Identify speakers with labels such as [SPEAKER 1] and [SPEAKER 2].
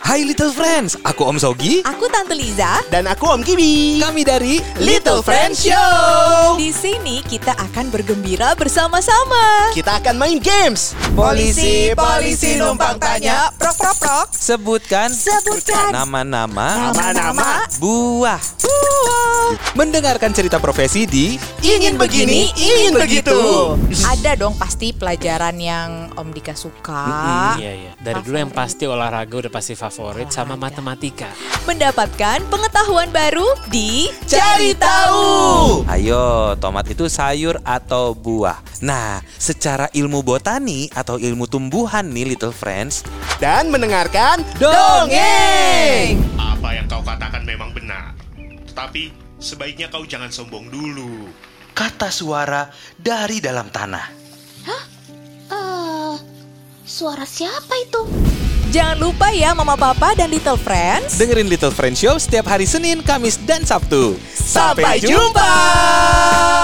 [SPEAKER 1] Hai Little Friends, aku Om Sogi.
[SPEAKER 2] Aku Tante Liza.
[SPEAKER 3] Dan aku Om Kibi.
[SPEAKER 1] Kami dari
[SPEAKER 3] Little Friends Show.
[SPEAKER 2] Di sini kita akan bergembira bersama-sama.
[SPEAKER 3] Kita akan main games.
[SPEAKER 1] Polisi, polisi numpang tanya.
[SPEAKER 2] prok prok prok.
[SPEAKER 1] Sebutkan
[SPEAKER 2] Sebutkan.
[SPEAKER 1] nama-nama
[SPEAKER 3] Nama-nama.
[SPEAKER 1] buah. Mendengarkan cerita profesi di
[SPEAKER 3] Ingin begini, ingin begitu.
[SPEAKER 2] Ada dong pasti pelajaran yang Om Dika suka.
[SPEAKER 4] Iya iya. Dari dulu yang pasti olahraga udah pasti favorit sama matematika.
[SPEAKER 2] Mendapatkan pengetahuan baru di
[SPEAKER 3] Cari tahu.
[SPEAKER 1] Ayo, tomat itu sayur atau buah. Nah, secara ilmu botani atau ilmu tumbuhan nih Little Friends,
[SPEAKER 3] Dan mendengarkan
[SPEAKER 1] Dongeng.
[SPEAKER 5] Apa yang kau katakan memang benar. Tetapi sebaiknya kau jangan sombong dulu.
[SPEAKER 6] kata suara dari dalam tanah.
[SPEAKER 7] Eh, suara siapa itu?
[SPEAKER 2] Jangan lupa ya Mama Papa dan Little Friends.
[SPEAKER 1] dengerin Little Friends Show setiap hari Senin, Kamis, dan Sabtu.
[SPEAKER 2] Sampai jumpa.